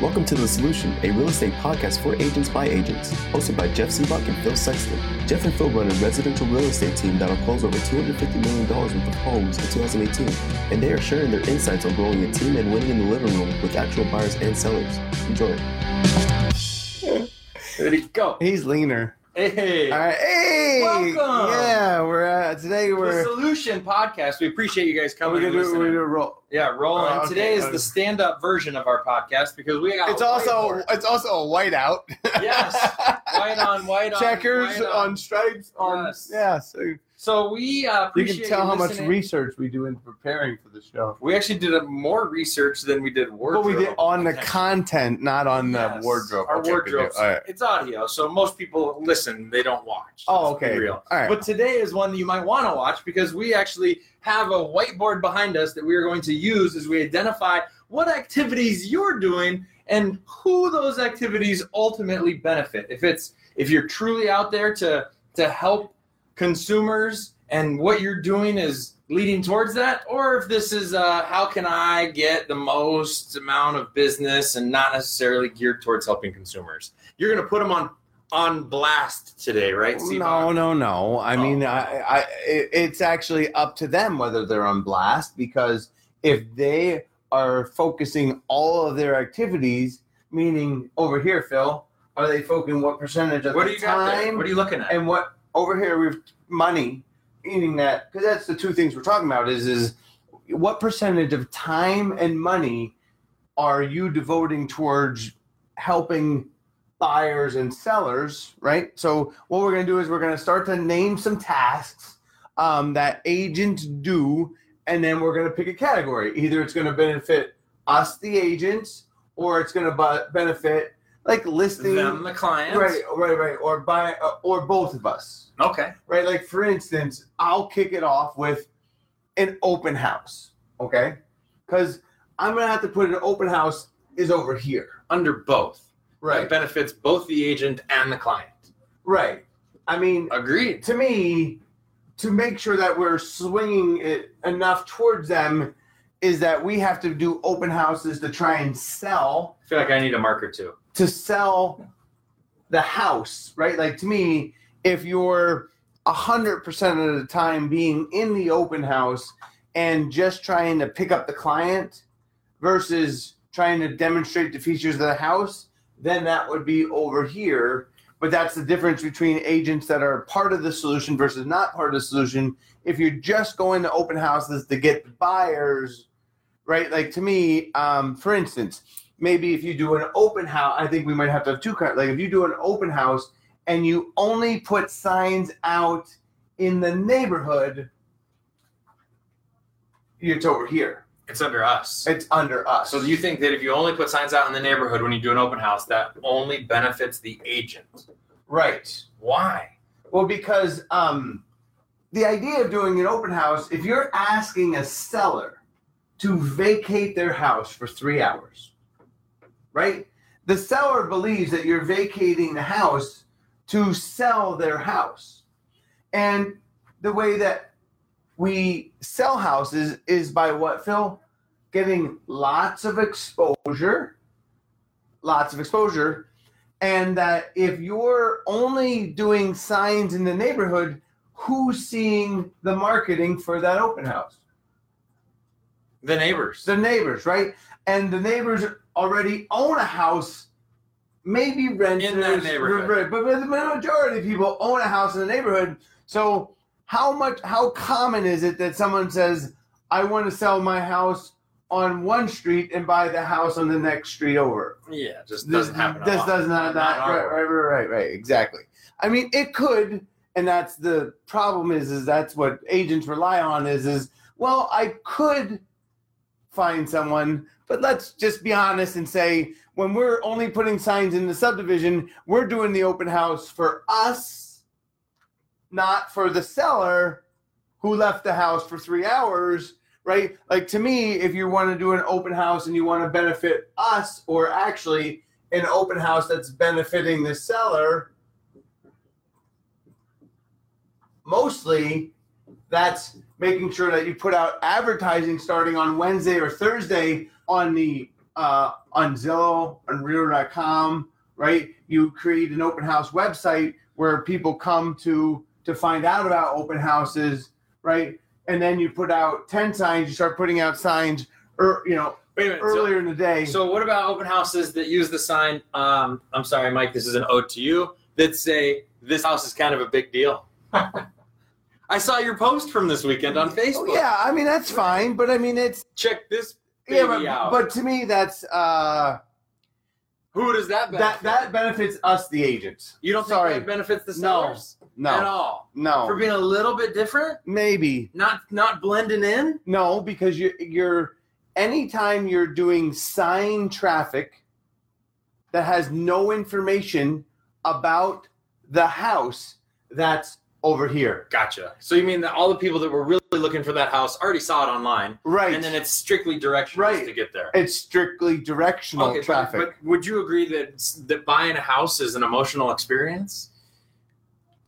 Welcome to The Solution, a real estate podcast for agents by agents, hosted by Jeff Seabuck and Phil Sexton. Jeff and Phil run a residential real estate team that'll close over $250 million worth of homes in 2018, and they are sharing their insights on growing a team and winning in the living room with actual buyers and sellers. Enjoy. There you go. He's leaner. Hey, All right. Hey. Welcome. Yeah, we're uh, today the we're Solution Podcast. We appreciate you guys we're coming. gonna and do, listening. we're gonna roll. yeah, rolling. Oh, okay, Today is okay. the stand-up version of our podcast because we got It's a also whiteboard. it's also a whiteout. Yes. white on white on Checkers white on stripes on Yes. yeah. So you So we uh, appreciate can tell how much listening. research we do in preparing for the show. we actually did a, more research than we did But wardrobe. we did on the Yes. content, not on the Yes, wardrobe. Our Okay, good deal. wardrobes. All right. It's audio, so most people listen. They don't watch. Oh, Let's be okay. Real. All right. But today is one that you might want to watch because we actually have a whiteboard behind us that we are going to use as we identify what activities you're doing and who those activities ultimately benefit. If it's if you're truly out there to to help consumers and what you're doing is leading towards that, or if this is uh, how can I get the most amount of business and not necessarily geared towards helping consumers. You're going to put them on on blast today, right? Steve? No, no, no. I Oh. mean, I, I, it- it's actually up to them whether they're on blast because if they are focusing all of their activities, meaning over here, Phil, are they focusing what percentage of What the do you got there? time What are you looking at? and what over here with money, meaning that because that's the two things we're talking about is is what percentage of time and money are you devoting towards helping buyers and sellers, right? So what we're going to do is we're going to start to name some tasks um, that agents do, and then we're going to pick a category. Either it's going to benefit us, the agents, or it's going to bu- benefit like listing them, the clients. Right, right, right. Or by uh, or both of us, Okay. right? Like for instance, I'll kick it off with an open house, okay? Because I'm gonna have to put an open house is over here, Under both. That right? benefits both the agent and the client. Right. I mean, Agreed. to me, to make sure that we're swinging it enough towards them, is that we have to do open houses to try and sell I feel like I need a marker too. to sell the house, right? Like to me, if you're a hundred percent of the time being in the open house and just trying to pick up the client versus trying to demonstrate the features of the house, then that would be over here. But that's the difference between agents that are part of the solution versus not part of the solution. If you're just going to open houses to get the buyers, right? Like to me, um, for instance, maybe if you do an open house, I think we might have to have two kind. Like if you do an open house and you only put signs out in the neighborhood, it's over here. It's under us. It's under us. So do you think that if you only put signs out in the neighborhood when you do an open house, that only benefits the agent? right? Why? Well, because um, the idea of doing an open house, if you're asking a seller to vacate their house for three hours, right? The seller believes that you're vacating the house to sell their house. And the way that we sell houses is by what, Phil? Getting lots of exposure, lots of exposure, and that if you're only doing signs in the neighborhood, who's seeing the marketing for that open house? The neighbors. The neighbors, right? And the neighbors already own a house, maybe renters. neighborhood. Right, but but the majority of people own a house in the neighborhood. So how much? How common is it that someone says, "I want to sell my house on one street and buy the house on the next street over"? yeah, just this doesn't happen. a This lot. does not, Not not our right, world. right, right, right, right, exactly. I mean, it could, and that's the problem is, is that's what agents rely on is, is well, I could find someone, but let's just be honest and say when we're only putting signs in the subdivision, we're doing the open house for us, not for the seller who left the house for three hours right? Like to me, if you want to do an open house and you want to benefit us, or actually an open house that's benefiting the seller, mostly that's making sure that you put out advertising starting on Wednesday or Thursday on the uh, on Zillow, on Realtor.com, right? You create an open house website where people come to to find out about open houses, right? And then you put out ten signs. You start putting out signs, or you know, Wait a minute. so- earlier in the day. So, what about open houses that use the sign? Um, I'm sorry, Mike. This is an ode to you. That say this house is kind of a big deal. I saw your post from this weekend on Facebook. Oh, yeah, I mean that's fine, but I mean it's Check this. Baby yeah, but, out. but to me that's uh, Who does that benefit? that that benefits us, the agents. you don't think sorry. that benefits the No. sellers at No, all uh, for no, being a little bit different, maybe not not blending in. no, because you, you're anytime you're doing sign traffic that has no information about the house that's over here, Gotcha. So you mean that all the people that were really looking for that house already saw it online, right? and then it's strictly directions Right. to get there. it's strictly directional Okay, but- traffic. But, would you agree that s- that buying a house is an emotional experience?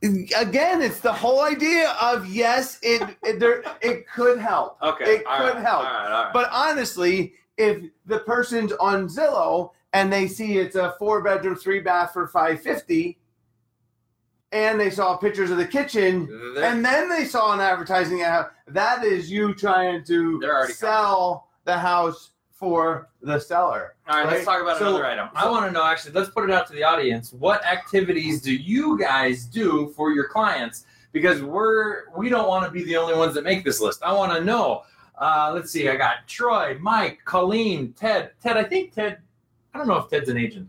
Again, it's the whole idea of yes, it, it there it could help. Okay, It all could right, help, All right, all right. But honestly, if the person's on Zillow and they see it's a four bedroom, three bath for five fifty, and they saw pictures of the kitchen, They're- and then they saw an advertising ad, that is you trying to They're already sell the house for the seller. all right, let's right? talk about So- another item. I want to know actually. Let's put it out to the audience. What activities do you guys do for your clients? Because we're we don't want to be the only ones that make this list. I want to know. Uh, let's see. I got Troy, Mike, Colleen, Ted. Ted, I think Ted. I don't know if Ted's an agent.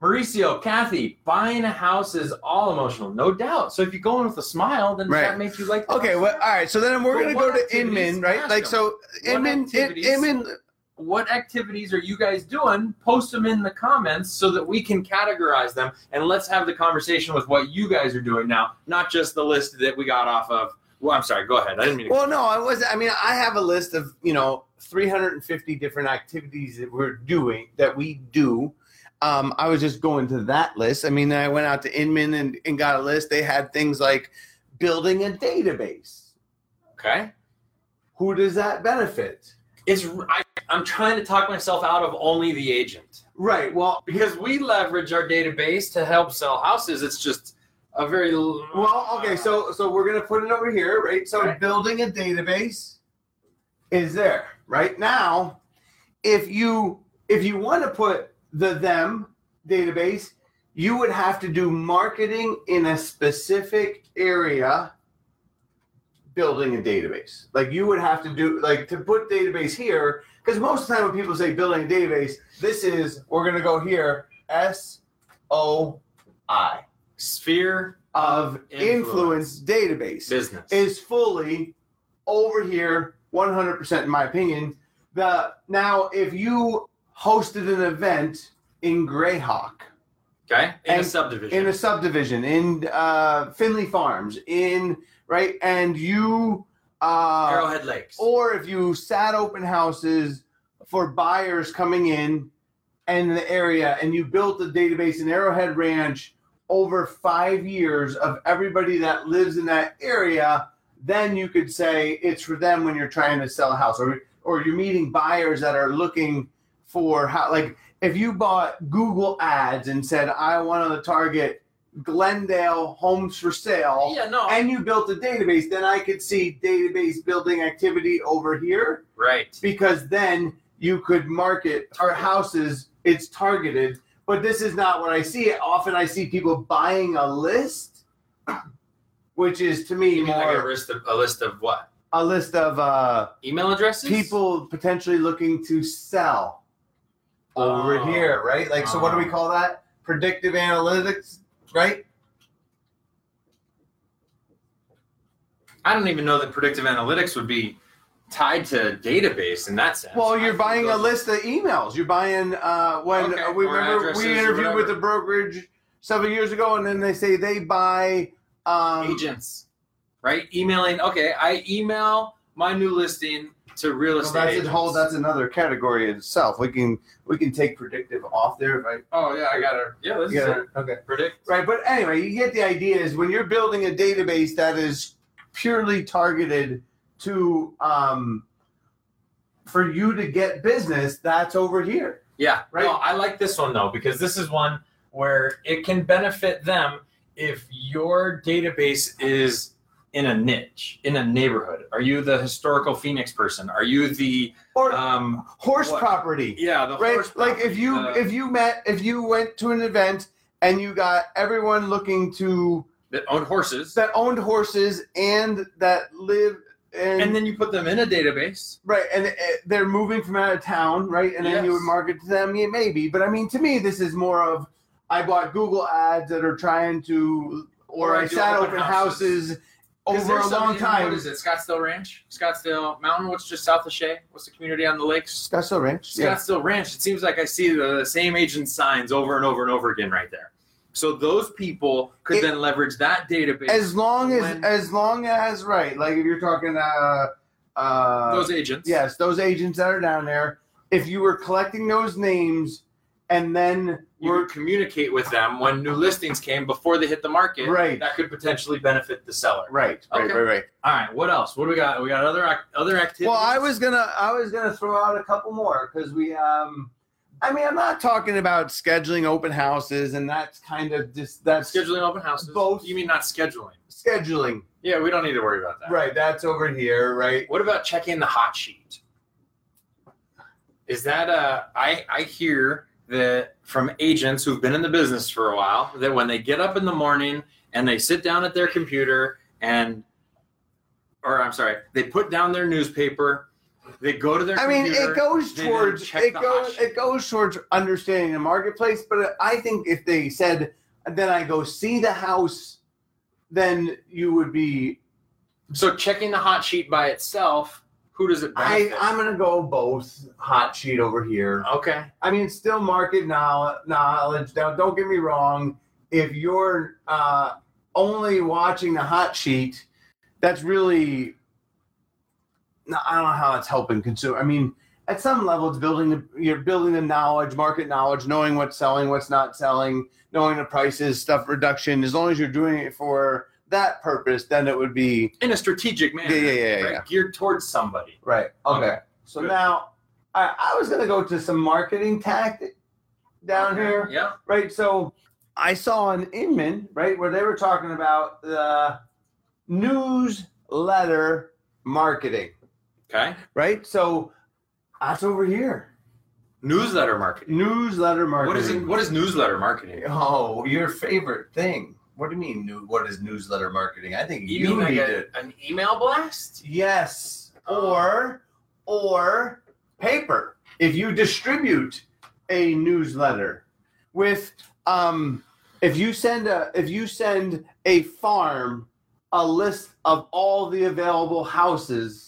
Mauricio, Kathy, buying a house is all emotional, no doubt. So if you go in with a smile, then Right. that makes you like. the Okay, well, all right. So then we're But gonna what go to activities Inman, right? ask Like them? so, What Inman, In- activities? Inman. what activities are you guys doing? Post them in the comments so that we can categorize them and let's have the conversation with what you guys are doing now, not just the list that we got off of. Well, I'm sorry, go ahead. I didn't mean to. Well, no, I was. I mean, I have a list of you know 350 different activities that we're doing that we do. Um, I was just going to that list. I mean, then I went out to Inman and, and got a list. They had things like building a database. okay. Who does that benefit? It's, I, I'm trying to talk myself out of only the agent Right. Well, because we leverage our database to help sell houses. It's just a very. l- well, okay. So, so we're gonna put it over here, right? So, Right. building a database is there right now. If you if you want to put the them database, you would have to do marketing in a specific area building a database. Like you would have to do like to put database here because most of the time when people say building a database, this is we're going to go here S O I sphere of influence, Influence. database business. is fully over here 100% in my opinion the now if you hosted an event in greyhawk okay. In a and- subdivision. in a subdivision in uh, finley farms in right and you uh, Arrowhead Lakes. or if you sat open houses for buyers coming in and the area and you built a database in arrowhead ranch over five years of everybody that lives in that area then you could say it's for them when you're trying to sell a house or, or you're meeting buyers that are looking for how like if you bought google ads and said i want to target glendale homes for sale yeah, no. and you built a database, then I could see database building activity over here right. because then you could market our houses. It's targeted, but this is not what I see. Often I see people buying a list, which is to me You mean like a more list of, a list of what? a list of uh, email addresses people potentially looking to sell over Oh. here, right? Like, so what do we Oh. call that? Predictive analytics, right? i don't even know that predictive analytics would be tied to database in that sense Well, I you're think buying a those- list of emails. You're buying uh, when Okay, uh, we or remember addresses or we interviewed with whatever. the brokerage several years ago, and then they say they buy um, agents right emailing okay i email my new listing to real well, estate that's a agents. whole. That's another category in itself. We can we can take predictive off there, right? oh yeah i gotta yeah let's Yeah, okay. predict Right, but anyway, you get the idea. Is when you're building a database that is purely targeted to um, for you to get business. That's over here. Yeah. Right? No, I like this one though because this is one where it can benefit them if your database is in a niche, in a neighborhood. Are you the historical Phoenix person? Are you the Or um horse Uh, What? property. Yeah. The Right? horse Like property, if you the- if you met if you went to an event and you got everyone looking to that own horses, that owned horses and that live and, and then you put them in a database. right and uh, they're moving from out of town right and then you would Yes. market to them yeah maybe but i mean to me this is more of i bought google ads that are trying to or, Or i do sat open open houses, houses. over a Is there long something in- What time is it? Scottsdale Ranch, Scottsdale Mountain. What's just south of Shea? What's the community on the lakes? Scottsdale Ranch. Yeah. Scottsdale Ranch. It seems like I see the same agent signs over and over and over again right there. So those people could It- then leverage that database. As long as, When- as long as, right? Like if you're talking, uh, uh, those agents. Yes, those agents that are down there. If you were collecting those names, and then You were could communicate with them when new listings came before they hit the market. Right. That could potentially benefit the seller. right, right, Okay. right, right. All right. What else? What do we got? We got other ac- other activities. Well, I was gonna, I was gonna throw out a couple more because we, um, I mean, I'm not talking about scheduling open houses, and that's kind of just that's scheduling open houses. Both. You mean not scheduling? scheduling, Yeah, we don't need to worry about that. right? That's over here, right? What about checking the hot sheet? Is that uh I I hear that from agents who've been in the business for a while that when they get up in the morning and they sit down at their computer and or I'm sorry, they put down their newspaper, they go to their I mean, computer, it goes they didn't towards check it the goes hot sheet. it goes towards understanding the marketplace. But I think if they said, "Then I go see the house," then you would be. so checking the hot sheet by itself, who does it I benefit? I'm gonna go both hot sheet over here. okay. I mean, still market now knowledge. Now, don't get me wrong. If you're uh, only watching the hot sheet, that's really no, I don't know how it's helping consumer. I mean, at some level, it's building the you're building the knowledge, market knowledge, knowing what's selling, what's not selling, knowing the prices, stuff reduction. As long as you're doing it for that purpose, then it would be In a strategic manner. Yeah, yeah, yeah, yeah, right? yeah. Geared towards somebody. right. Okay. So Good. now I, I was going to go to some marketing tactic down Okay, here Yeah. right? So I saw an Inman, right, where they were talking about the newsletter marketing, Okay. right? So that's over here. Newsletter marketing. Newsletter marketing. What is it, what is newsletter marketing? Oh, your favorite thing. What do you mean? New, what is newsletter marketing? I think You, mean like a, an email blast? Yes, or or paper. If you distribute a newsletter with um if you send a if you send a farm a list of all the available houses,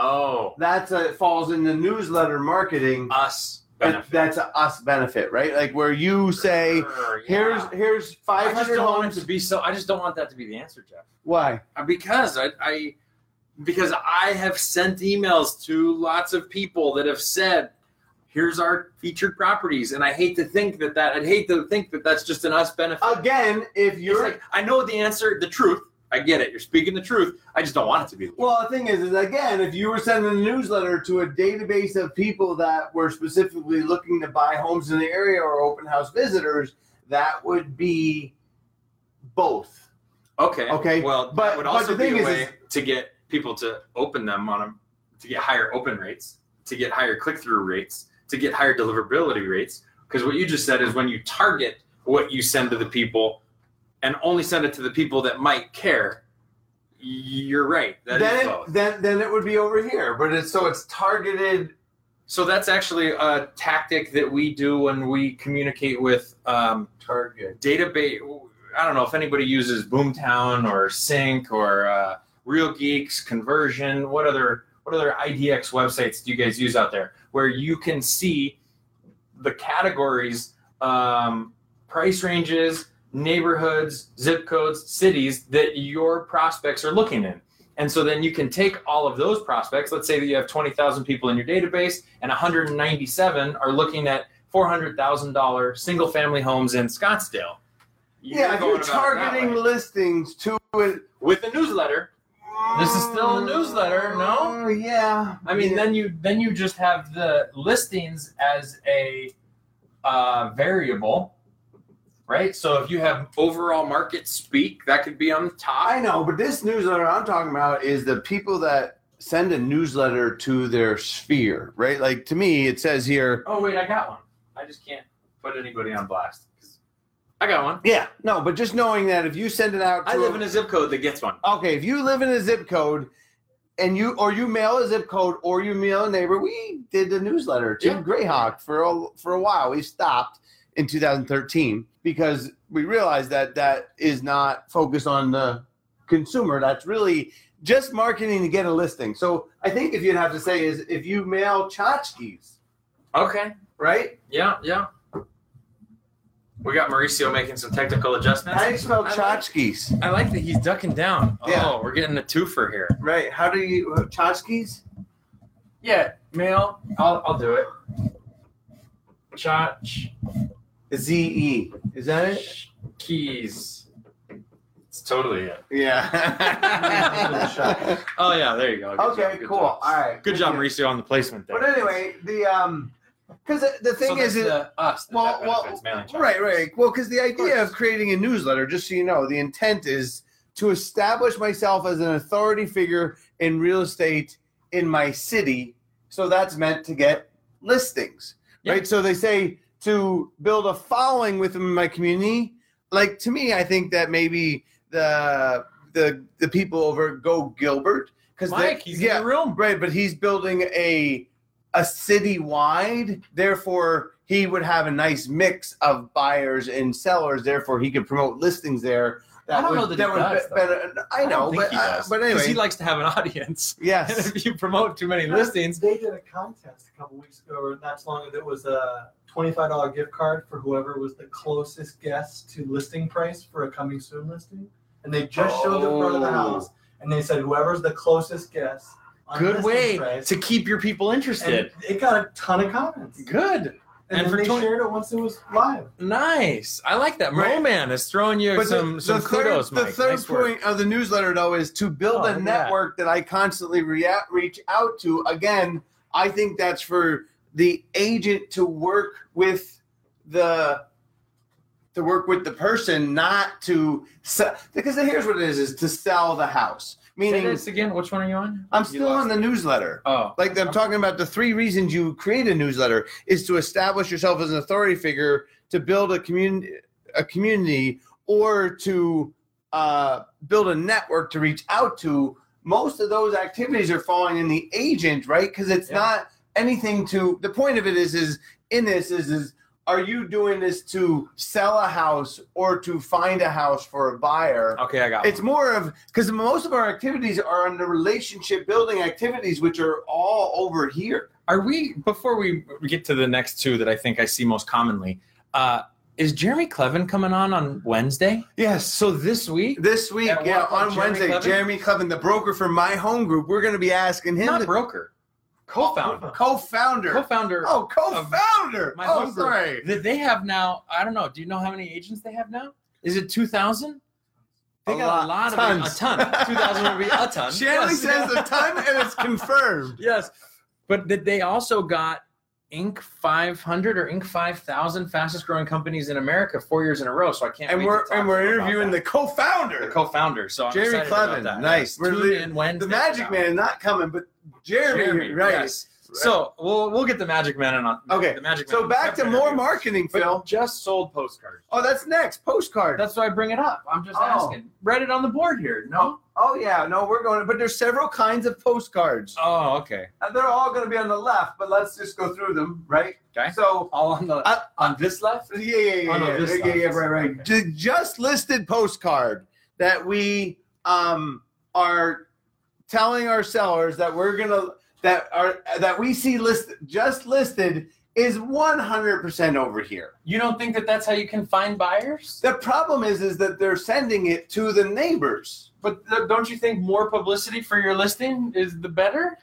Oh, that's a falls into newsletter marketing. us and benefit. That's a us benefit, right? Like where you say Sure, here's yeah. here's I just 500 don't want it homes. to be so. I just don't want that to be the answer, Jeff. Why? Uh, Because I, I because I have sent emails to lots of people that have said, "Here's our featured properties," and I hate to think that that I'd hate to think that that's just an us benefit. Again, if It's you're like, I know the answer, the truth. I get it. You're speaking the truth. I just don't want it to be. Well, the thing is, is again, if you were sending a newsletter to a database of people that were specifically looking to buy homes in the area or open house visitors, that would be both. Okay. Okay, Well, but- that would but also the thing be a is- way to get people to open them on them to get higher open rates, to get higher click through rates, to get higher deliverability rates. Because what you just said is when you target what you send to the people and only send it to the people that might care, you're right. That is then, it, both. then, then it would be over here. But it's so it's targeted. so that's actually a tactic that we do when we communicate with um, Target. database. I don't know if anybody uses Boomtown or Sync or uh, Real Geeks, Conversion. What other what other IDX websites do you guys use out there where you can see the categories, um, price ranges, neighborhoods, zip codes, cities that your prospects are looking in? And so then you can take all of those prospects. Let's say that you have 20,000 people in your database, and 197 are looking at $400,000 single family homes in Scottsdale. yeah, if you're going about it that targeting way. listings to it. with a newsletter, This is still a newsletter, no? Oh, Yeah. I mean, yeah. then you then you just have the listings as a uh, variable, right? So if you have overall market speak, that could be on the top. I know, but this newsletter I'm talking about is the people that send a newsletter to their sphere, right? Like to me, it says here. Oh wait, I got one. I just can't put anybody on blast. 'cause I got one. Yeah, no, but just knowing that if you send it out, to I live in a zip code that gets one. okay, if you live in a zip code and you or you mail a zip code or you mail a neighbor, we did the newsletter to Yeah. Greyhawk for a, for a while. We stopped in 2013 because we realized that that is not focused on the consumer. That's really just marketing to get a listing. So I think if you'd have to say is if you mail tchotchkes, Okay. right? Yeah, yeah. We got Mauricio making some technical adjustments. How do you spell I like- tchotchkes? I like that he's ducking down. Yeah. Oh, we're getting a twofer here. Right. How do you tchotchkes? Yeah, mail. I'll, I'll do it. Chach Z E. Is that it? keys. It's totally it. Yeah. Oh yeah, there you go. Good Okay, job, good cool. job. All right. Good job, Thank you. Mauricio, on the placement there. But anyway, the um, because the So thing that's is, it, the us. that well, that well, benefits mailing checks. right, right. Well, because the idea course. of creating a newsletter, just so you know, the intent is to establish myself as an authority figure in real estate in my city. So that's meant to get listings, Yeah. right? So they say to build a following within my community. Like to me, I think that maybe the the the people over at Go Gilbert because Mike, he's in the room. Right, but he's building a a citywide. Therefore, he would have a nice mix of buyers and sellers. Therefore, he could promote listings there. I don't know that he does, be- better- I don't know, think but he uh, does, but 'cause anyway, he likes to have an audience. And yes, if you promote too many listings, They did a contest a couple weeks ago, or not so long ago, that was a twenty-five dollar gift card for whoever was the closest guess to listing price for a coming soon listing. And they just showed the front of the Oh. house, and they said whoever's the closest guess. On good way listing price. to keep your people And interested. it got a ton of comments, and, Good. And then for they 20 shared it once it was live. Nice. I like that. Right. Mo Man is throwing you But the- some, the, some third, kudos, the Mike. third Nice work. point of the newsletter, though, is to build Oh, a look at that. network that I constantly rea- reach out to. Again, I think that's for the agent to work with the to work with the person, not to sell. Because here's what it is: is to sell the house. Say Meaning, this again. Which one are you on? I'm You still lost on the newsletter. Oh, Like I'm talking about the three reasons you create a newsletter is to establish yourself as an authority figure, to build a community, a community, or to uh, build a network to reach out to. Most of those activities are falling in the agent, right? Because it's Yeah. not anything to. The point of it is, is in this is is are you doing this to sell a house or to find a house for a buyer? okay. I got It's more of because most of our activities are on the relationship building activities, which are all over here. Are we before we get to the next two that I think I see most commonly? Uh, is Jeremy Clevin coming on on Wednesday? Yes. So this week, This week, At yeah, what point, on Jeremy Wednesday, Clevin? Jeremy Clevin, the broker for my home group, we're going to be asking him, not to- broker, co-founder, co-founder, co-founder. oh, co-founder, my oh, home group. sorry, That they have now. I don't know. Do you know how many agents they have now? Is it two thousand? They A got a lot of lot. a Tons. ton. Two thousand would be a ton. Shanley Yes. says a ton, and it's confirmed. yes. But that they also got Inc. 500 or Inc. 5,000 fastest growing companies in America four years in a row. So I can't. And wait we're to talk and to we're them about interviewing that. the co-founder, The co-founder. So I'm Jeremy excited about Clevin. that. Nice. Yes, We're tune leaving- in Wednesday the for Magic that Man, not coming, but one. Jeremy, Jeremy, right? Yes. So we'll we'll get the Magic Man in on. Okay, The Magic Man. So in back to separate more interview. marketing, But Phil. just sold postcards. Oh, that's next postcard. That's why I bring it up. I'm just Oh. asking. Write it on the board here. No. oh yeah, no, we're going. But there's several kinds of postcards. Oh, okay. And they're all going to be on the left, but let's just go through them, right? Okay. So All on the Uh, on this left. yeah, yeah, yeah, Oh, no, yeah, this yeah, stuff. yeah, right, right. Okay. Ju- Just listed postcard that we um are telling our sellers that we're gonna that are that we see list just listed is 100% over here. You don't think that that's how you can find buyers? The problem is is that they're sending it to the neighbors. But th- don't you think more publicity for your listing is the better?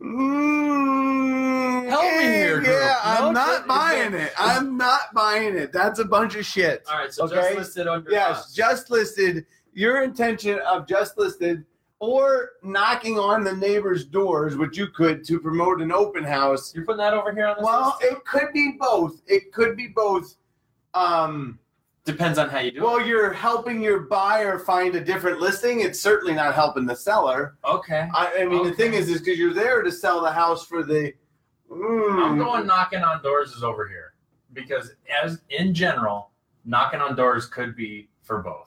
Mm, Help me yeah, here, girl. Yeah, No, I'm it's- not it's- buying it. I'm not buying it. That's a bunch of shit. All right, so Okay. just listed under Yes, us. just listed. Your intention of just listed or knocking on the neighbors' doors, which you could to promote an open house. You're putting that over here on this Well, list? it could be both. It could be both. Um, Depends on how you do well, you're helping your buyer find a different listing. It's certainly not helping the seller. it. Okay. I, I mean, the thing is, is because you're there to sell the house for the. Mm, I'm going knocking on doors is over here because as in general, knocking on doors could be for both.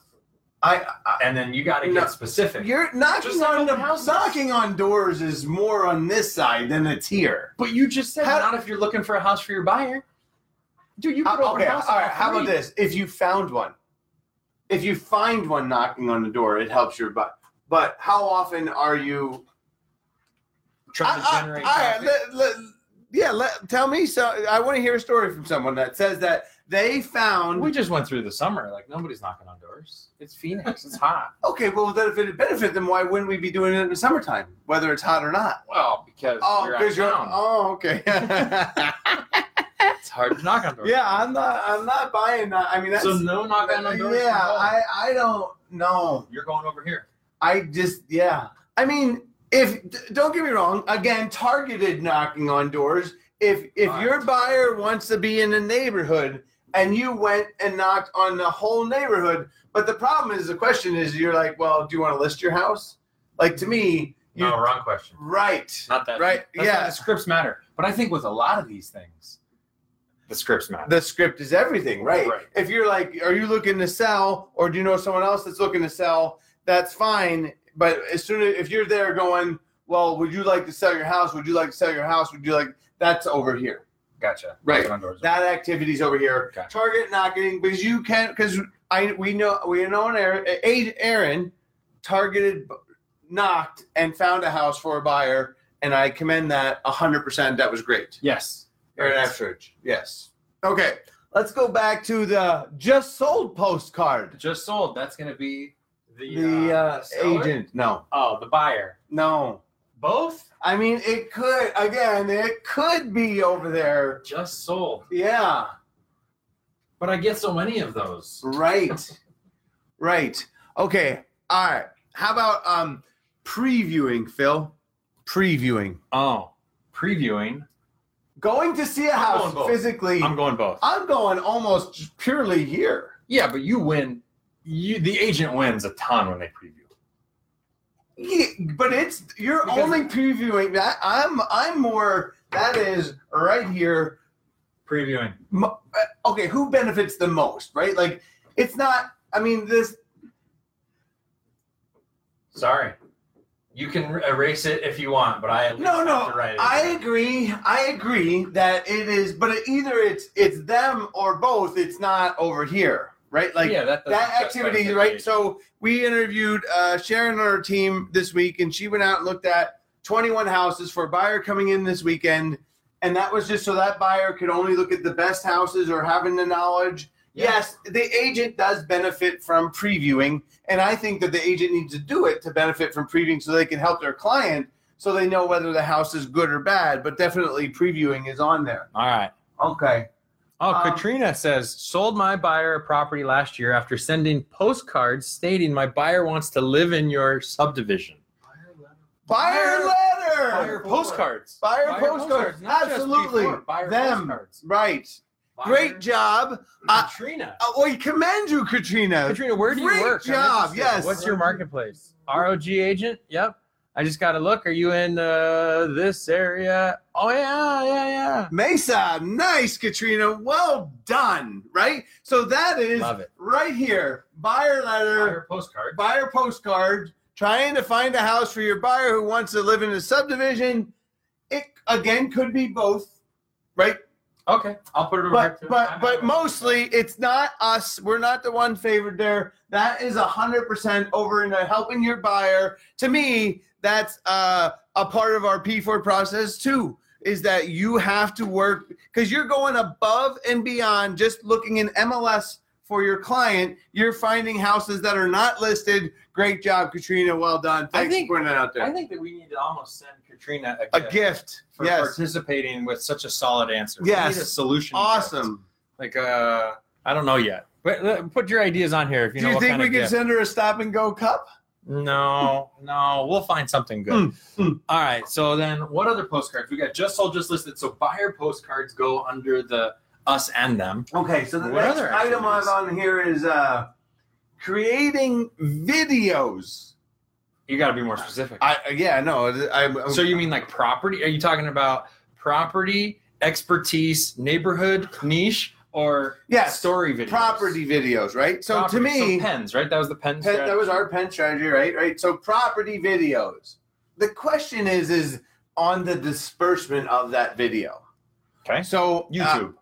I, I And then you got to get No. specific. You're knocking Just like on open the houses. knocking on doors is more on this side than it's here. but you just said How- not if you're looking for a house for your buyer. Dude, you could Uh, open okay, all house. right. How about this? If you found one, if you find one knocking on the door, it helps your butt. But how often are you? Trying to I- I- generate. all right, traffic. let- let- yeah, let, tell me. So I want to hear a story from someone that says that they found. we just went through the summer. Like nobody's knocking on doors. It's Phoenix. It's hot. okay, well, then if it benefit them, why wouldn't we be doing it in the summertime, whether it's hot or not? Well, because Oh, we're out because of you're. town. Oh, okay. it's hard to knock on doors. Yeah, I'm not. I'm not buying that. I mean, that's So no knocking on doors. yeah. from home. I I don't know. you're going over here. I just yeah. I mean, if d- don't get me wrong. Again, targeted knocking on doors. If if All right. your buyer wants to be in a neighborhood and you went and knocked on the whole neighborhood, but the problem is the question is you're like, well, do you want to list your house? Like to me, you No, wrong question. right. Not that. Right, That's yeah. why the scripts matter. But I think with a lot of these things, the scripts matter. the script is everything, right? Right. If you're like, are you looking to sell, or do you know someone else that's looking to sell? That's fine. But as soon as if you're there going, well, would you like to sell your house? Would you like to sell your house? Would you like that's over here? Gotcha. Right. Knocking on doors. That activity's over here. Gotcha. Target knocking because you can because I we know we know an Aaron, a- Aaron targeted knocked and found a house for a buyer, and I commend that hundred percent. That was great. yes. Aaron Yes. Ashridge. Yes. Okay. Let's go back to the just sold postcard. Just sold. That's going to be the, The uh, uh, seller? agent. No. Oh, the buyer. No. Both I mean, it could, again, it could be over there. just sold. Yeah. But I get so many of those. Right. right. Okay. All right. How about um previewing, Phil? Previewing. Oh, previewing. Going to see a going house both. physically. I'm going both. I'm going almost purely here. Uh, Yeah, but you win. You the agent wins a ton when they preview. Yeah, but it's you're Because- only previewing that. I'm I'm more that is right here. Previewing. mo- uh, Okay, who benefits the most, right? Like it's not. I mean, this Sorry, you can r- erase it if you want, but I at least No, have no, to write it. I agree. I agree that it is, but it, either it's it's them or both. It's not over here, right? Like yeah, that, doesn't that justify activity, the right? agent. So we interviewed uh, Sharon on our team this week, and she went out and looked at 21 houses for a buyer coming in this weekend, and that was just so that buyer could only look at the best houses or having the knowledge. Yeah. Yes, the agent does benefit from previewing, and I think that the agent needs to do it to benefit from previewing so they can help their client so they know whether the house is good or bad. But definitely previewing is on there. All right. Okay. Oh, Um, Katrina says sold my buyer a property last year after sending postcards stating my buyer wants to live in your subdivision. Buyer letter. Buyer postcards. Buyer postcards, not just absolutely. before, buyer Them. postcards. Right. Great job. Buyer- Uh, Katrina. Oh, well, commend you, Katrina. Katrina, where do you Great work? I'm job, interested. yes. What's your marketplace? ROG agent? Yep. I just got to look. Are you in uh, this area? Oh, yeah, yeah, yeah. Mesa, nice, Katrina. Well done. Right? So that is Love it. right here. Buyer letter, Buyer postcard. buyer postcard, trying to find a house for your buyer who wants to live in a subdivision. It again could be both. Right? Okay. I'll put it over here. But too. but but mostly it's not us. We're not the one favored there. That is hundred percent over into helping your buyer. To me, that's uh, a part of our P4 process too. Is that you have to work because you're going above and beyond just looking in MLS for your client. You're finding houses that are not listed. Great job, Katrina. Well done. I Thanks think- for putting that out there. I think that we need to almost send Katrina a, a gift gift. for Yes. participating with such a solid answer. We Yes. need a solution. gift. Awesome. Like, uh, I don't know yet. But uh, put your ideas on here if you Do know you what think kind we of can gift. send her a stop and go cup? No, no, we'll find something good. Mm, All right. So then, what other postcards? We got just sold, just listed. So buyer postcards go under the us and them. Okay, so the What next other item I've activities? on here is uh, creating videos. You got to be more specific. I yeah no I, I so you mean like property? Are you talking about property, expertise, neighborhood, niche, or yes story videos? property videos right. So Property. to me, so pens, right? That was the pens. Pen- that was our pen strategy, right? Right. So property videos. The question is, is on the disbursement of that video. Okay. So uh, YouTube.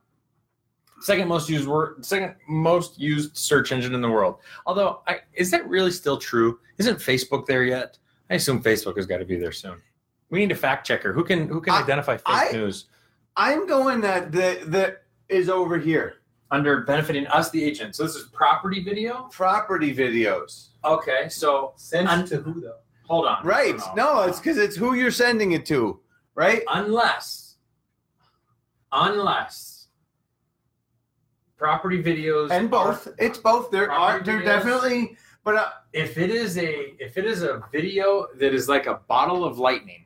second most used word, second most used search engine in the world. Although, I, is that really still true? Isn't Facebook there yet? I assume Facebook has got to be there soon. We need a fact checker who can who can I- identify fake I- news I'm going that the that is over here. under benefiting us, the agent. So this is property video. Property videos. Okay, so Send Un- to who though? hold on. Right. Hold on. No, it's because it's who you're sending it to. Right. unless unless property videos And both. are- It's both. There are. Property They're videos. definitely. But uh, if it is a if it is a video that is like a bottle of lightning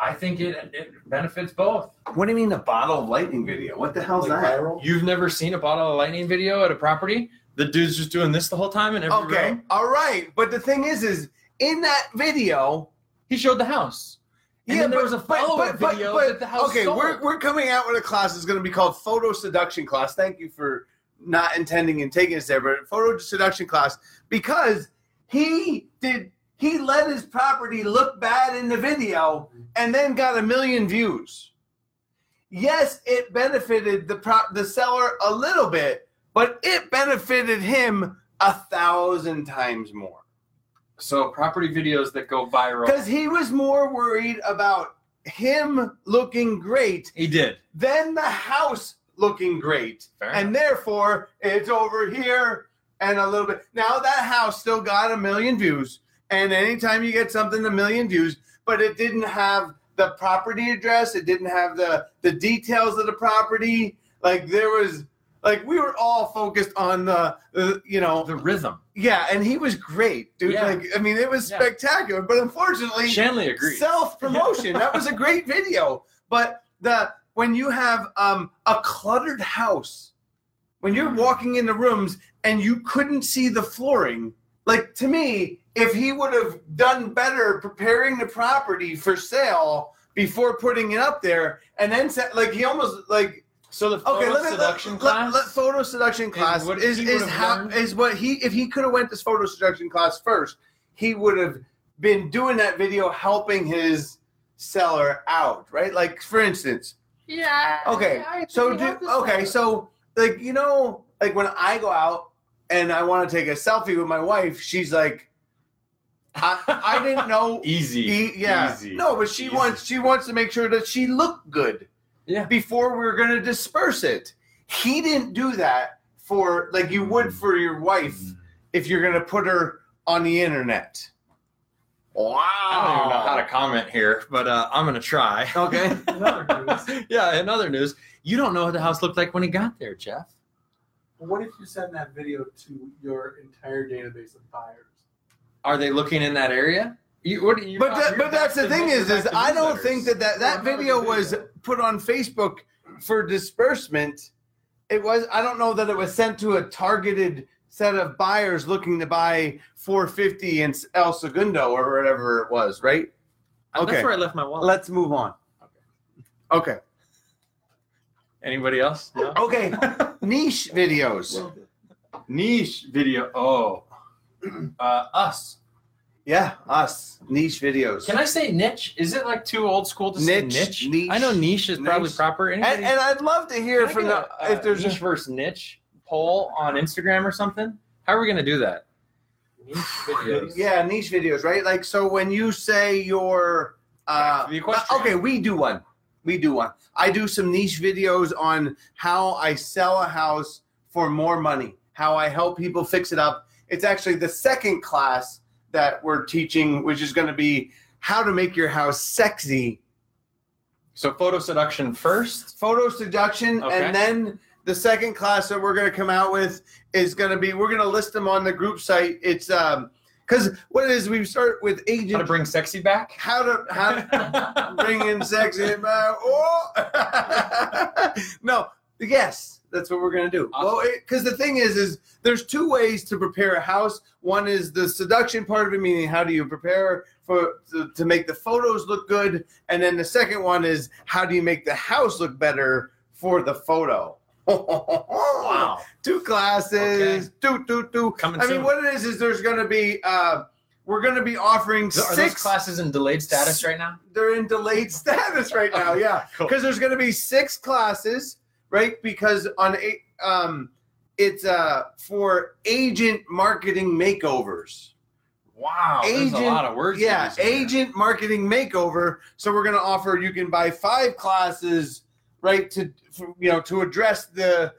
i think it, it benefits both what do you mean the bottle of lightning video? What the hell's Like that? viral? you've never seen a bottle of lightning video at a property the dude's just doing this the whole time and every Okay. room. All right. But the thing is, is in that video, he showed the house and then there was a follow-up video that the house okay, sold. we're we're coming out with a class that's going to be called photo seduction class. Thank you for not intending and taking us there, but photo seduction class because he did he let his property look bad in the video and then got a million views. Yes, it benefited the prop the seller a little bit, but it benefited him a thousand times more so property videos that go viral because he was more worried about him looking great he did than the house looking great. Fair And therefore, it's over here and a little bit. Now, that house still got a million views. And anytime you get something, a million views, but it didn't have the property address, it didn't have the, the details of the property. Like, there was, like, we were all focused on the, uh, you know, the rhythm yeah, and he was great, dude. Yeah. Like, I mean, it was Yeah. spectacular, but unfortunately, shanley agrees self promotion. that was a great video. But the when you have um, a cluttered house, when you're walking in the rooms and you couldn't see the flooring, like to me, if he would have done better preparing the property for sale before putting it up there, and then set, like he almost like so the okay, photo let me let, seduction let- class let photo seduction class what is he is would've how learned. is what he if he could have went this photo seduction class first, he would have been doing that video helping his seller out, right? Like for instance, Yeah. okay, so do, okay, so like you know, like when I go out and I want to take a selfie with my wife, she's like, I, I didn't know easy E- yeah. Easy. No, but she Easy. wants she wants to make sure that she looked good. Yeah. Before we were gonna disperse it. He didn't do that for like you would for your wife Mm. if you're gonna put her on the internet. Wow. I don't even know how to comment here, but uh, I'm gonna try. Okay. In other news, yeah. In other news, you don't know what the house looked like when he got there, Jeff. what if you send that video to your entire database of buyers? Are they looking in that area? You, what, you're but not- that, you're back but that's to the thing you're is back is to I don't newsletters. think that that, that Well, that was video a was video. put on Facebook for disbursement. It was I don't know that it was sent to a targeted set of buyers looking to buy 450 in El Segundo or whatever it was, right? Okay. That's where I left my wallet. Let's move on. Okay. Anybody else? No? Uh, Okay. Niche videos. Niche video. Oh, uh, us. Yeah, us. Niche videos. Can I say niche? Is it like too old school to Niche, say niche? niche, I know niche is probably niche. proper. Anybody, and, and I'd love to hear can I from get the a, uh, if there's niche versus niche poll on Instagram or something. How are we gonna do that? Niche videos. Yeah, niche videos, right? Like so when you say your uh The equestrian. okay, we do one. We do one. I do some niche videos on how I sell a house for more money, how I help people fix it up. It's actually the second class that we're teaching, which is going to be how to make your house sexy. So photo seduction first. Photo seduction, Okay. and then the second class that we're going to come out with is going to be we're going to list them on the group site. It's um, Because what it is, we start with How to agent. bring sexy back? How to how to bring in sexy man. Oh, no, the guests. That's what we're gonna do. Awesome. Well, because the thing is, is there's two ways to prepare a house. One is the seduction part of it, meaning how do you prepare for to, to make the photos look good, and then the second one is how do you make the house look better for the photo. Wow. Two classes. Two, two, two. Coming I soon. mean, what it is is there's going to be uh, we're going to be offering Th- Are those six. classes in delayed status right now? They're in delayed status right now. Yeah, Cool. because there's going to be six classes, right? Because on eight, um, it's uh for agent marketing makeovers. Wow. there's a Agent- lot of words. yeah, used in there. agent marketing makeover. So we're going to offer you can buy five classes, right? To for, you know to address the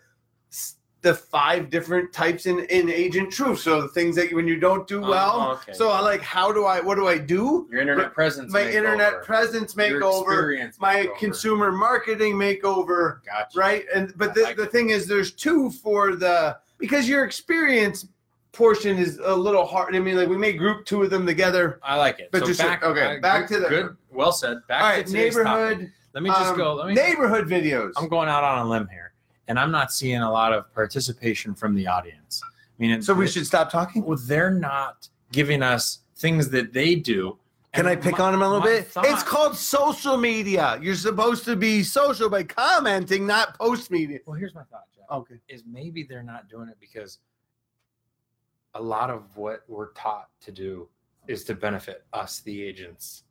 the five different types in in agent truth. So the things that you, when you don't do Oh, well. okay. So I like how do I what do I do? your internet presence. My makeover, internet presence your makeover, experience my makeover. consumer marketing makeover Gotcha. right? And but I the, like the thing is, there's two for the because your experience portion is a little hard. I mean, like we may group two of them together. I like it. But so just- back, okay, I- back good- to the- good. Well said. Back All to right, today's neighborhood. topic. Let me just um, go. Let me. neighborhood videos. I'm going out on a limb here, and I'm not seeing a lot of participation from the audience. I mean, so we it- should stop talking. Well, they're not giving us things that they do. Can I And pick my- on him a little my bit? thought- It's called social media. You're supposed to be social by commenting, not post media. Well, here's my thought, Jeff. Okay. Is maybe they're not doing it because a lot of what we're taught to do is to benefit us, the agents,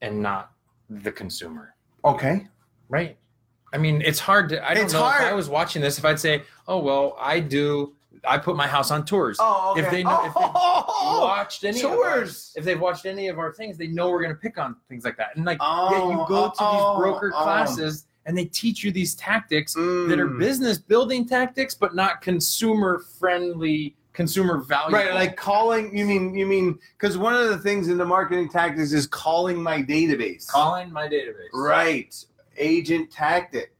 and not the consumer. Okay. Right. I mean, it's hard to. I don't It's know if I hard. was watching this if I'd say, "Oh well, I do. I put my house on tours." Oh, If they know- if they- watched any of our, tours. if they've watched any of our things, they know we're going to pick on things like that. And like, Oh, yeah, you go to oh, these broker oh. classes and they teach you these tactics that are Mm. business building tactics, but not consumer friendly, consumer value. Right, like calling. You mean you mean because one of the things in the marketing tactics is calling my database. calling my database. Right, agent tactic.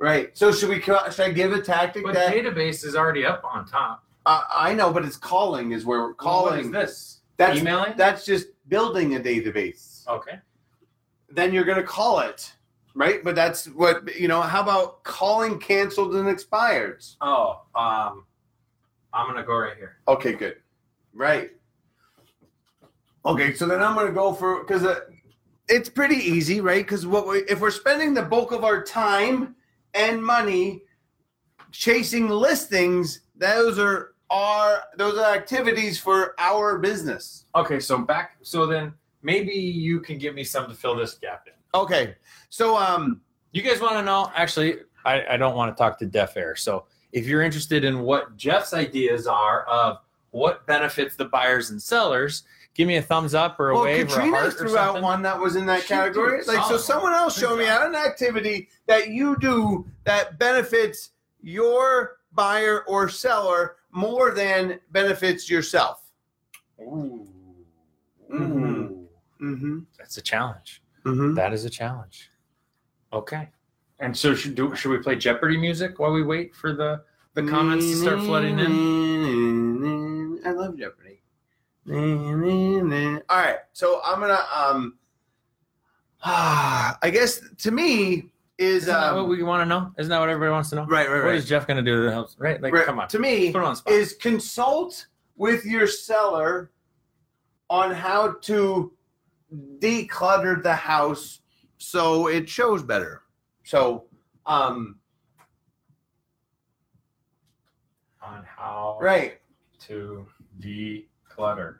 Right. So should we? ca- Should I give a tactic But that database is already up on top. uh, I know, but it's calling is where we're calling. What is this? That's Emailing. that's just building a database. okay. Then you're gonna call it, right? But that's what you know. How about calling canceled and expired? Oh, um, I'm gonna go right here. Okay, good. Right. Okay, so then I'm going to go for because uh, it's pretty easy, right? Because what we, if we're spending the bulk of our time and money chasing listings, those are are those are activities for our business. Okay, so back. So then maybe you can give me some to fill this gap in. Okay, so um, You guys want to know? Actually, I, I don't want to talk to deaf air. So if you're interested in what Jeff's ideas are of what benefits the buyers and sellers, give me a thumbs up or a well, wave or a Katrina heart or threw out something. one that was in that She category. did. Like, so Solid. someone else Good show me job. out an activity that you do that benefits your buyer or seller more than benefits yourself. Ooh. Mhm. Mm-hmm. That's a challenge. Mm-hmm. That is a challenge. Okay. And so should do, should we play Jeopardy music while we wait for the the comments to start flooding in? in. I love Jeopardy. All right, so I'm gonna. um I guess to me is Isn't that um, what we want to know? Isn't that what everybody wants to know? right, right, What right. is Jeff going to do that helps? Right? Like, Right, come on. To me, Put it on the spot. is consult with your seller on how to declutter the house so it shows better. So, um, on how right. to declutter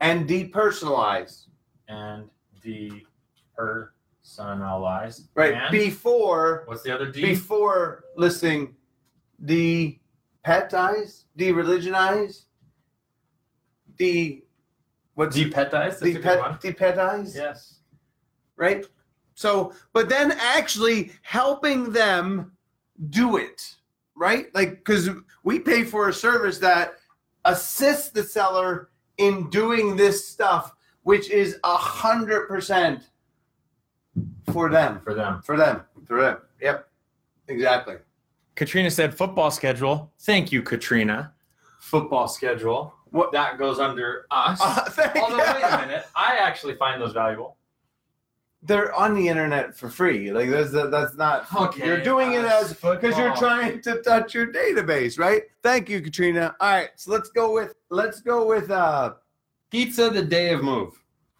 And depersonalize, and depersonalize. right? And Before, what's the other D? before listing, de petize, de religionize, de what's Depetize. That's a de good one. pet, de petize? Yes. right? So, but then actually helping them do it, right? Like, because we pay for a service that assists the seller in doing this stuff, which is a hundred percent for them, For them. for them, for them. Yep, exactly. Katrina said football schedule. Thank you, Katrina. Football schedule. What- That goes under us. Uh, thank Although, wait God. a minute, I actually find those valuable. They're on the internet for free. Like that's that's not Okay, you're doing it as because you're football. trying to touch your database, right? Thank you, Katrina. All right, so let's go with let's go with uh pizza the day of move.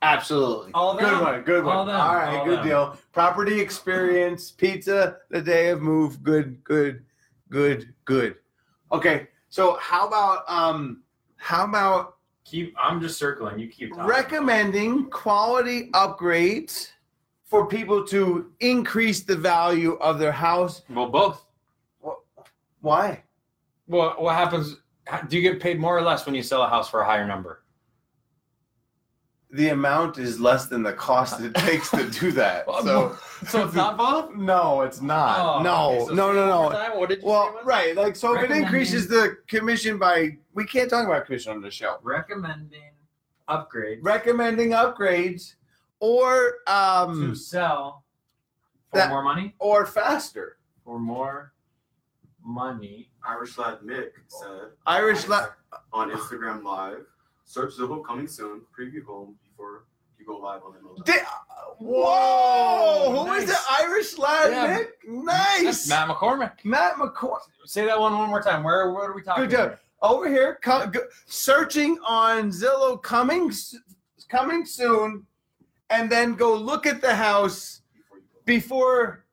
absolutely All good them. one, good one. All them. All right, All good them. deal. Property experience, pizza, the day of move. Good, good, good, good. Okay, so how about um how about Keep. I'm just circling. You keep. talking. recommending quality upgrades for people to increase the value of their house. Well, both. Why? Well, what happens? Do you get paid more or less when you sell a house for a higher number? The amount is less than the cost it takes to do that. So So it's not both. no, it's not. Oh, no, okay, so no, no, no. What did you say Well, was- right, like so if it Recommending- increases the commission by we can't talk about commission on the show. Recommending upgrade Recommending upgrades or to um sell for That- more money. or faster. For more money. Irish Lad Mick said Irish la- on Instagram Live, search Zillow coming soon, preview home before you go live on MLS. Di- Whoa! Whoa, Who is nice. the Irish lad, Yeah. Nick? Nice! That's Matt McCormick. Matt McCoy. Say that one one more time. Where what are we talking? Good job. Over here, co- go- searching on Zillow coming, s- coming soon, and then go look at the house Before you go live. before.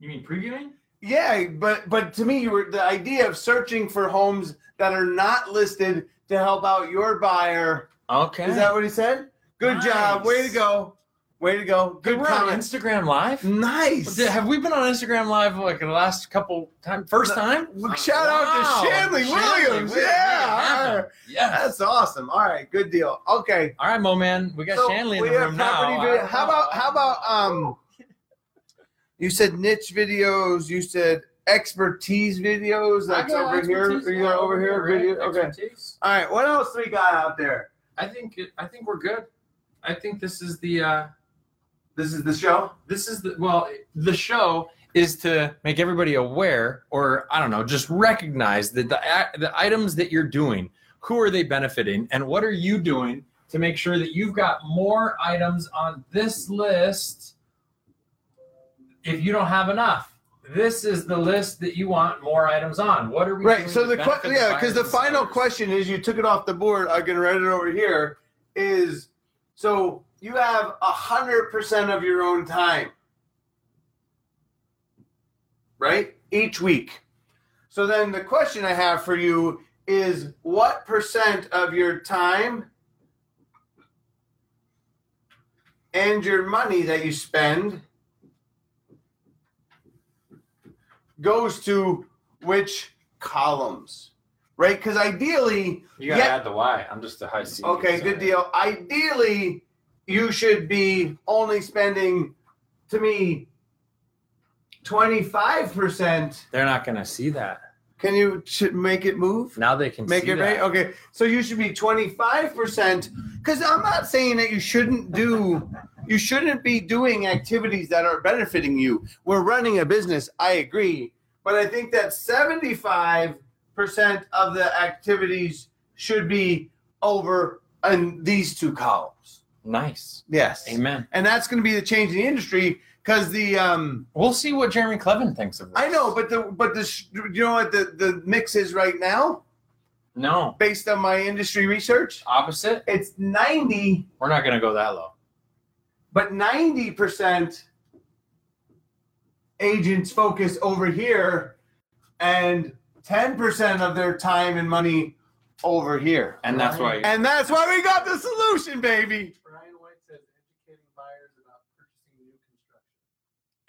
You mean previewing? Yeah, but but to me, you were the idea of searching for homes that are not listed to help out your buyer. Okay. Is that what he said? Good job. Way to Nice. go. Way to go. Good We're on comments. Instagram Live. Nice. Have we been on Instagram Live like the last couple time? First time? Look, Shout out to Wow. Shanley Shanley Williams. Williams. Yeah. Yeah. all right. Yeah. That's awesome. All right, good deal. Okay. All right, Mo man. We got so Shanley in we the have room property now. video- How about how about um you said niche videos, you said expertise videos. That's over here. You got over here video. Okay. All right, what else we got out there? I think it, I think we're good. I think this is the uh This is the show. this is the well the show is to make everybody aware or I don't know, just recognize that the ac- the items that you're doing, who are they benefiting and what are you doing to make sure that you've got more items on this list if you don't have enough. This is the list that you want more items on. What are we Right. doing So to the benefit que- yeah, buyers because the and final sellers? question is you took it off the board. I can write it over here. Is so you have a hundred percent of your own time, right? Each week. So then the question I have for you is what percent of your time and your money that you spend goes to which columns? Right? Because ideally, You gotta Yeah. add the Y. I'm just a high C. Okay, good deal. Ideally, you should be only spending, to me, 25%. They're not gonna see that. Can you ch- make it move? Now they can Make see it that. right? Okay, so you should be 25%. Because I'm not saying that you shouldn't do. You shouldn't be doing activities that are benefiting you. We're running a business, I agree, but I think that 75% of the activities should be over in these two columns. Nice. Yes. Amen. And that's going to be the change in the industry because the um We'll see what Jeremy Clevin thinks of this. I know, but the but the sh- you know what the the mix is right now No. based on my industry research. Opposite? It's ninety, We're not gonna go that low. but ninety percent agents focus over here, and ten percent of their time and money over here. And that's why And that's why we got the solution, baby. Brian White says educating buyers about purchasing new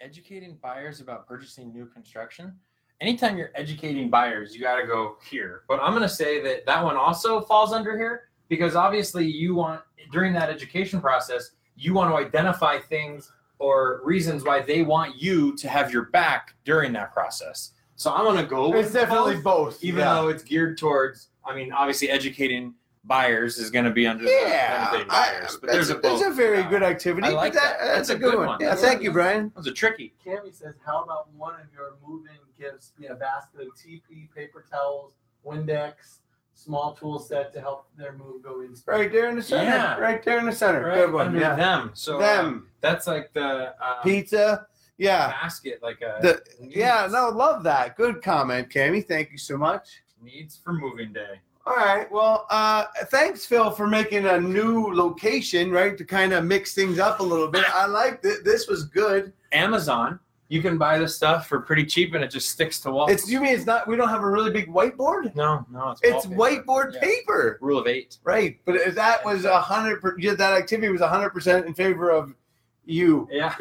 construction. educating buyers about purchasing new construction. Anytime you're educating buyers, you gotta go here. But I'm gonna say that that one also falls under here because obviously you want during that education process, you want to identify things or reasons why they want you to have your back during that process. So I'm gonna go. It's with definitely both. both. even yeah. though it's geared towards i mean obviously educating buyers is going to be under the Yeah, benefiting I- buyers but that's, there's a, a, that's a both. very Yeah. good activity. I but like that. That's, a good, one. Yeah, Yeah. thank you, Brian. that was a tricky Cammy says, how about one of your move-in gifts be a basket of TP, paper towels, Windex, small tool set to help their move go in. Right there in the center. Yeah. Right there in the center. Right Good one. under Yeah. them. So uh, Them. that's like the uh, Pizza. Yeah. basket, like a The- needs- Yeah, no, love that. Good comment, Cammy. Thank you so much. needs for moving day. All right. Well, uh, thanks, Phil, for making a new location, right, to kind of mix things up a little bit. I like it. This was good. Amazon, you can buy this stuff for pretty cheap, and it just sticks to walls. It's you mean it's not? We don't have a really big whiteboard. no, no, it's, It's wallpaper. whiteboard Yeah. paper. Rule of eight. Right, but if that was a hundred. per- yeah, That activity was a hundred percent in favor of you. Yeah.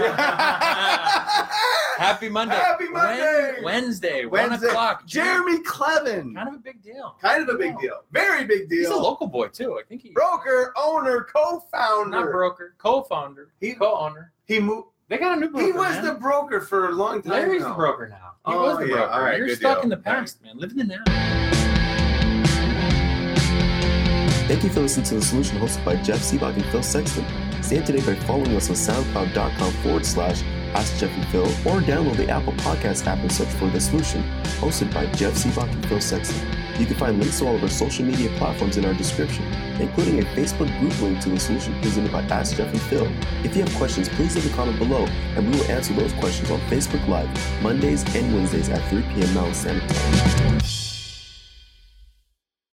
Happy Monday. Happy Wen- Monday. Wednesday. Wednesday. One o'clock. Jeremy Clevin, Kind of a big deal. kind of a big deal, very big He's a deal. local boy too. I think he Broker, owner, not co-founder. broker, co-founder, He- co-owner. He moved. They got a new broker. He was man. the broker for a long time. Larry's now. the broker now. He Oh, was the yeah. broker. All right, You're good stuck deal. in the past, man. Live in the now. Thank you for listening to The Solution hosted by Jeff Seabach and Phil Sexton. Stay up to date by following us on soundcloud.com forward slash Ask Jeff and Phil or download the Apple Podcast app and search for The Solution hosted by Jeff Seabach and Phil Sexton. You can find links to all of our social media platforms in our description, including a Facebook group link to The Solution presented by Ask Jeff and Phil. If you have questions, please leave a comment below and we will answer those questions on Facebook Live Mondays and Wednesdays at 3 p.m. Mountain Standard Time.